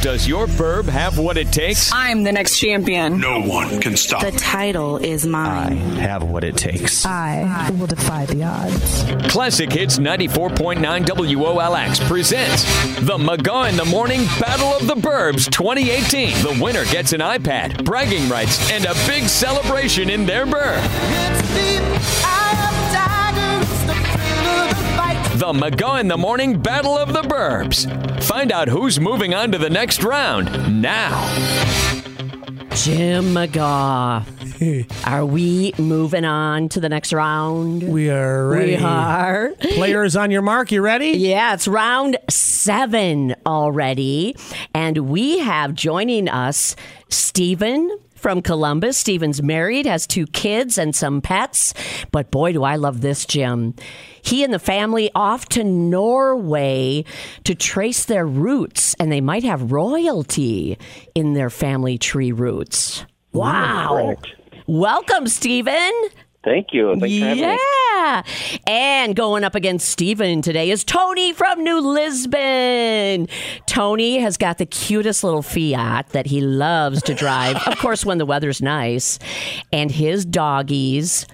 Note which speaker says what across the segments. Speaker 1: Does your verb have what it takes?
Speaker 2: I'm the next champion.
Speaker 3: No one can stop.
Speaker 4: The title is mine.
Speaker 1: have what it takes.
Speaker 5: I will defy the odds.
Speaker 1: Classic Hits 94.9 WOLX presents the McGaw in the Morning Battle of the Burbs 2018. The winner gets an iPad, bragging rights, and a big celebration in their burb. The McGaw in the Morning Battle of the Burbs. Find out who's moving on to the next round now.
Speaker 6: Jim McGaw. Are we moving on to the next round?
Speaker 7: We are ready.
Speaker 6: We are.
Speaker 7: Players on your mark. You ready?
Speaker 6: Yeah, it's round seven already. And we have joining us Stephen from Columbus. Stephen's married, has two kids and some pets. But boy, do I love this, Jim. He and the family off to Norway to trace their roots, and they might have royalty in their family tree roots. Wow.
Speaker 8: Correct.
Speaker 6: Welcome, Stephen.
Speaker 8: Thank you. Thanks for having me.
Speaker 6: Yeah. And going up against Steven today is Tony from New Lisbon. Tony has got the cutest little Fiat that he loves to drive, of course, when the weather's nice. And his doggies.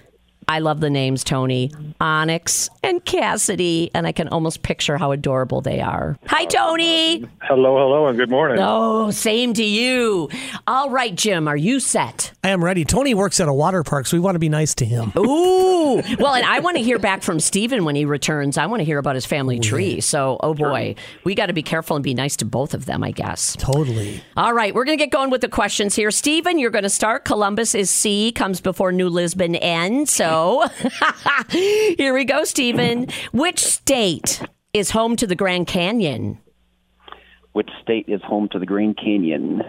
Speaker 6: I love the names Tony, Onyx, and Cassidy, and I can almost picture how adorable they are. Hi, Tony.
Speaker 8: Hello, hello, and good morning.
Speaker 6: Oh, same to you. All right, Jim, are you set?
Speaker 7: I am ready. Tony works at a water park, so we want to be nice to him.
Speaker 6: Ooh. Well, and I want to hear back from Steven when he returns. I want to hear about his family tree. So, oh boy, we got to be careful and be nice to both of them, I guess.
Speaker 7: Totally.
Speaker 6: All right, we're going to get going with the questions here. Steven, you're going to start. Columbus is C, comes before New Lisbon N. So, here we go, Steven. Which state is home to the Grand Canyon?
Speaker 8: Which state is home to the Grand Canyon?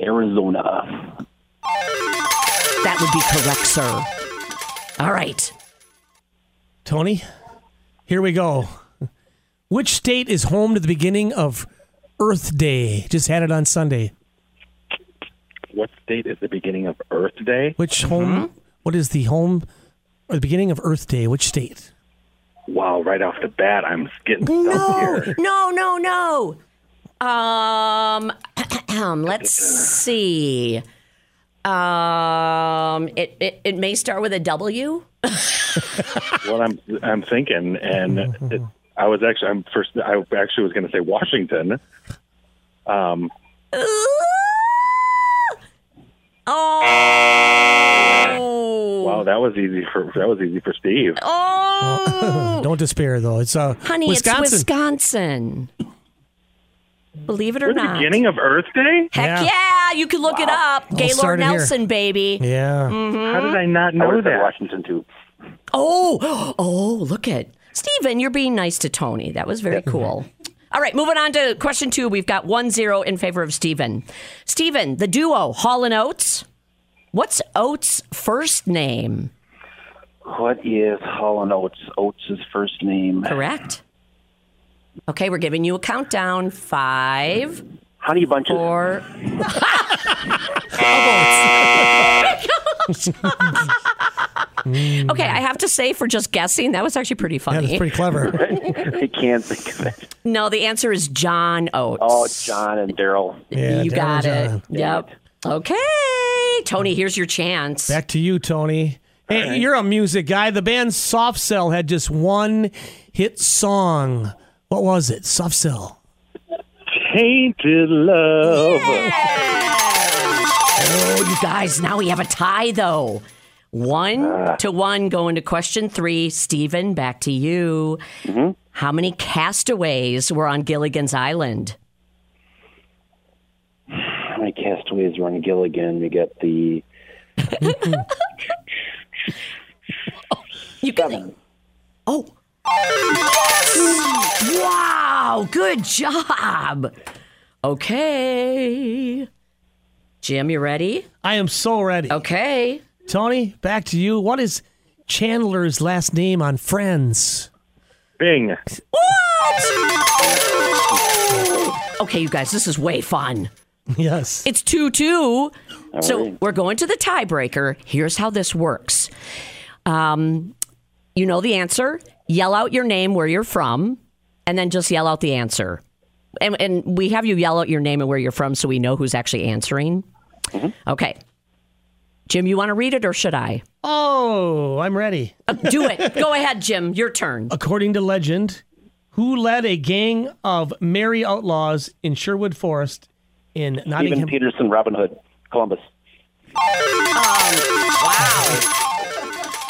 Speaker 8: Arizona.
Speaker 6: That would be correct, sir. All right.
Speaker 7: Tony, here we go. Which state is home to the beginning of Earth Day? Just had it on Sunday.
Speaker 8: What state is the beginning of Earth Day?
Speaker 6: Mm-hmm.
Speaker 7: Which home? What is the home or the beginning of Earth Day? Which state?
Speaker 8: Wow, right off the bat, I'm getting
Speaker 6: No, no, no, no. Um, let's see. Um, it, it it may start with a W.
Speaker 8: What I'm I'm thinking, and it, I was actually I'm first. I actually was going to say Washington. Um,
Speaker 6: Oh,
Speaker 8: wow, that was easy for that was easy for Steve.
Speaker 6: Ah. oh,
Speaker 7: Don't despair though. It's uh,
Speaker 6: honey,
Speaker 7: Wisconsin.
Speaker 6: it's Wisconsin. Believe it or
Speaker 8: We're the
Speaker 6: not,
Speaker 8: beginning of Earth Day?
Speaker 6: heck yeah.
Speaker 7: Yeah.
Speaker 6: you can look it up. Gaylord
Speaker 7: started here.
Speaker 6: Nelson, baby.
Speaker 7: Yeah.
Speaker 6: Mm.
Speaker 8: How did I not know that?
Speaker 9: Washington too.
Speaker 6: Oh, oh, look at Stephen. You're being nice to Tony. That was very cool. All right, moving on to question two. We've got one zero in favor of Stephen. Stephen, the duo Hall and Oates. What's Oates' first name?
Speaker 9: What is Hall and Oates? Oates' first name.
Speaker 6: Correct. Okay, we're giving you a countdown. Five,
Speaker 9: Honey Bunches.
Speaker 6: four. Okay, I have to say, for just guessing, that was actually pretty
Speaker 7: Yeah,
Speaker 6: funny.
Speaker 7: that's pretty clever.
Speaker 9: I can't think of it.
Speaker 6: no, the answer is John Oates.
Speaker 9: Oh, John and Daryl.
Speaker 7: Yeah,
Speaker 6: you
Speaker 7: Daryl
Speaker 6: got
Speaker 7: John.
Speaker 6: it. Yep. Okay, Tony. Here's your chance.
Speaker 7: Back to you, Tony. Hey, you're a music guy. The band Soft Cell had just one hit song. What was it? Soft Cell.
Speaker 8: Tainted love.
Speaker 6: Oh, you guys, now we have a tie, though. One to one going to question three. Stephen, back to you. How many castaways were on Gilligan's Island?
Speaker 9: How many castaways were on Gilligan? We got the
Speaker 6: You got it. Oh. Wow, good job. Okay. Jim, you ready?
Speaker 7: I am so ready.
Speaker 6: Oh. Okay.
Speaker 7: Tony, back to you. What is Chandler's last name on Friends?
Speaker 8: Bing.
Speaker 6: Okay, you guys, this is way fun.
Speaker 7: Yes.
Speaker 6: It's 2 2. So we're going to the tiebreaker. Here's how this works um, you know the answer, yell out your name, where you're from, and then just yell out the answer. and, and we have you yell out your name and where you're from so we know who's actually answering. Okay. Jim, you want to read it or should I?
Speaker 2: Oh, I'm ready.
Speaker 6: Do it. Go ahead, Jim. Your turn.
Speaker 2: According to legend, who led a gang of merry outlaws in Sherwood Forest in
Speaker 9: Even
Speaker 2: Nottingham?
Speaker 9: Peterson, Robin Hood, Columbus.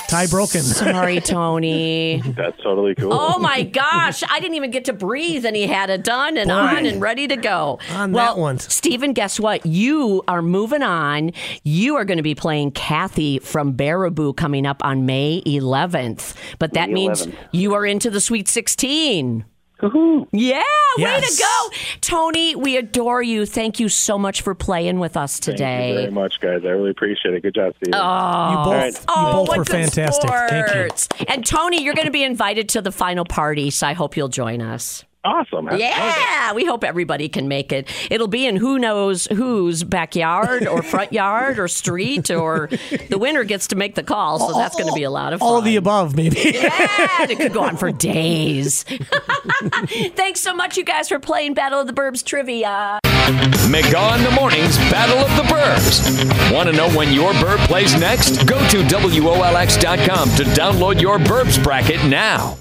Speaker 2: Tie broken.
Speaker 6: Sorry, Tony.
Speaker 8: That's totally cool.
Speaker 6: Oh my gosh. I didn't even get to breathe, and he had it done and on and ready to go.
Speaker 2: On
Speaker 6: well,
Speaker 2: that one.
Speaker 6: Stephen, guess what? You are moving on. You are going to be playing Kathy from Baraboo coming up on May 11th. But that
Speaker 9: May
Speaker 6: means
Speaker 9: 11th.
Speaker 6: you are into the Sweet 16.
Speaker 9: Woohoo.
Speaker 6: Yeah, way
Speaker 2: Yes.
Speaker 6: to go. Tony, we adore you. Thank you so much for playing with us
Speaker 8: Thank you
Speaker 6: today.
Speaker 8: very much, guys. I really appreciate it. Good job, Steve.
Speaker 2: You both,
Speaker 8: right.
Speaker 2: you
Speaker 6: Oh,
Speaker 2: both
Speaker 6: what
Speaker 2: were
Speaker 6: good
Speaker 2: fantastic. Thank you.
Speaker 6: sports. And Tony, you're going to be invited to the final party, so I hope you'll join us.
Speaker 8: awesome. Have fun.
Speaker 6: Yeah, we hope everybody can make it. It'll be in who knows whose backyard or front yard or street, or the winner gets to make the call. So that's going to be a lot of fun.
Speaker 2: All of the above, maybe.
Speaker 6: Yeah, it could go on for days. Thanks so much, you guys, for playing Battle of the Burbs trivia.
Speaker 1: McGaw in the Morning's Battle of the Burbs. Want to know when your burb plays next? Go to WOLX.com to download your burbs bracket now.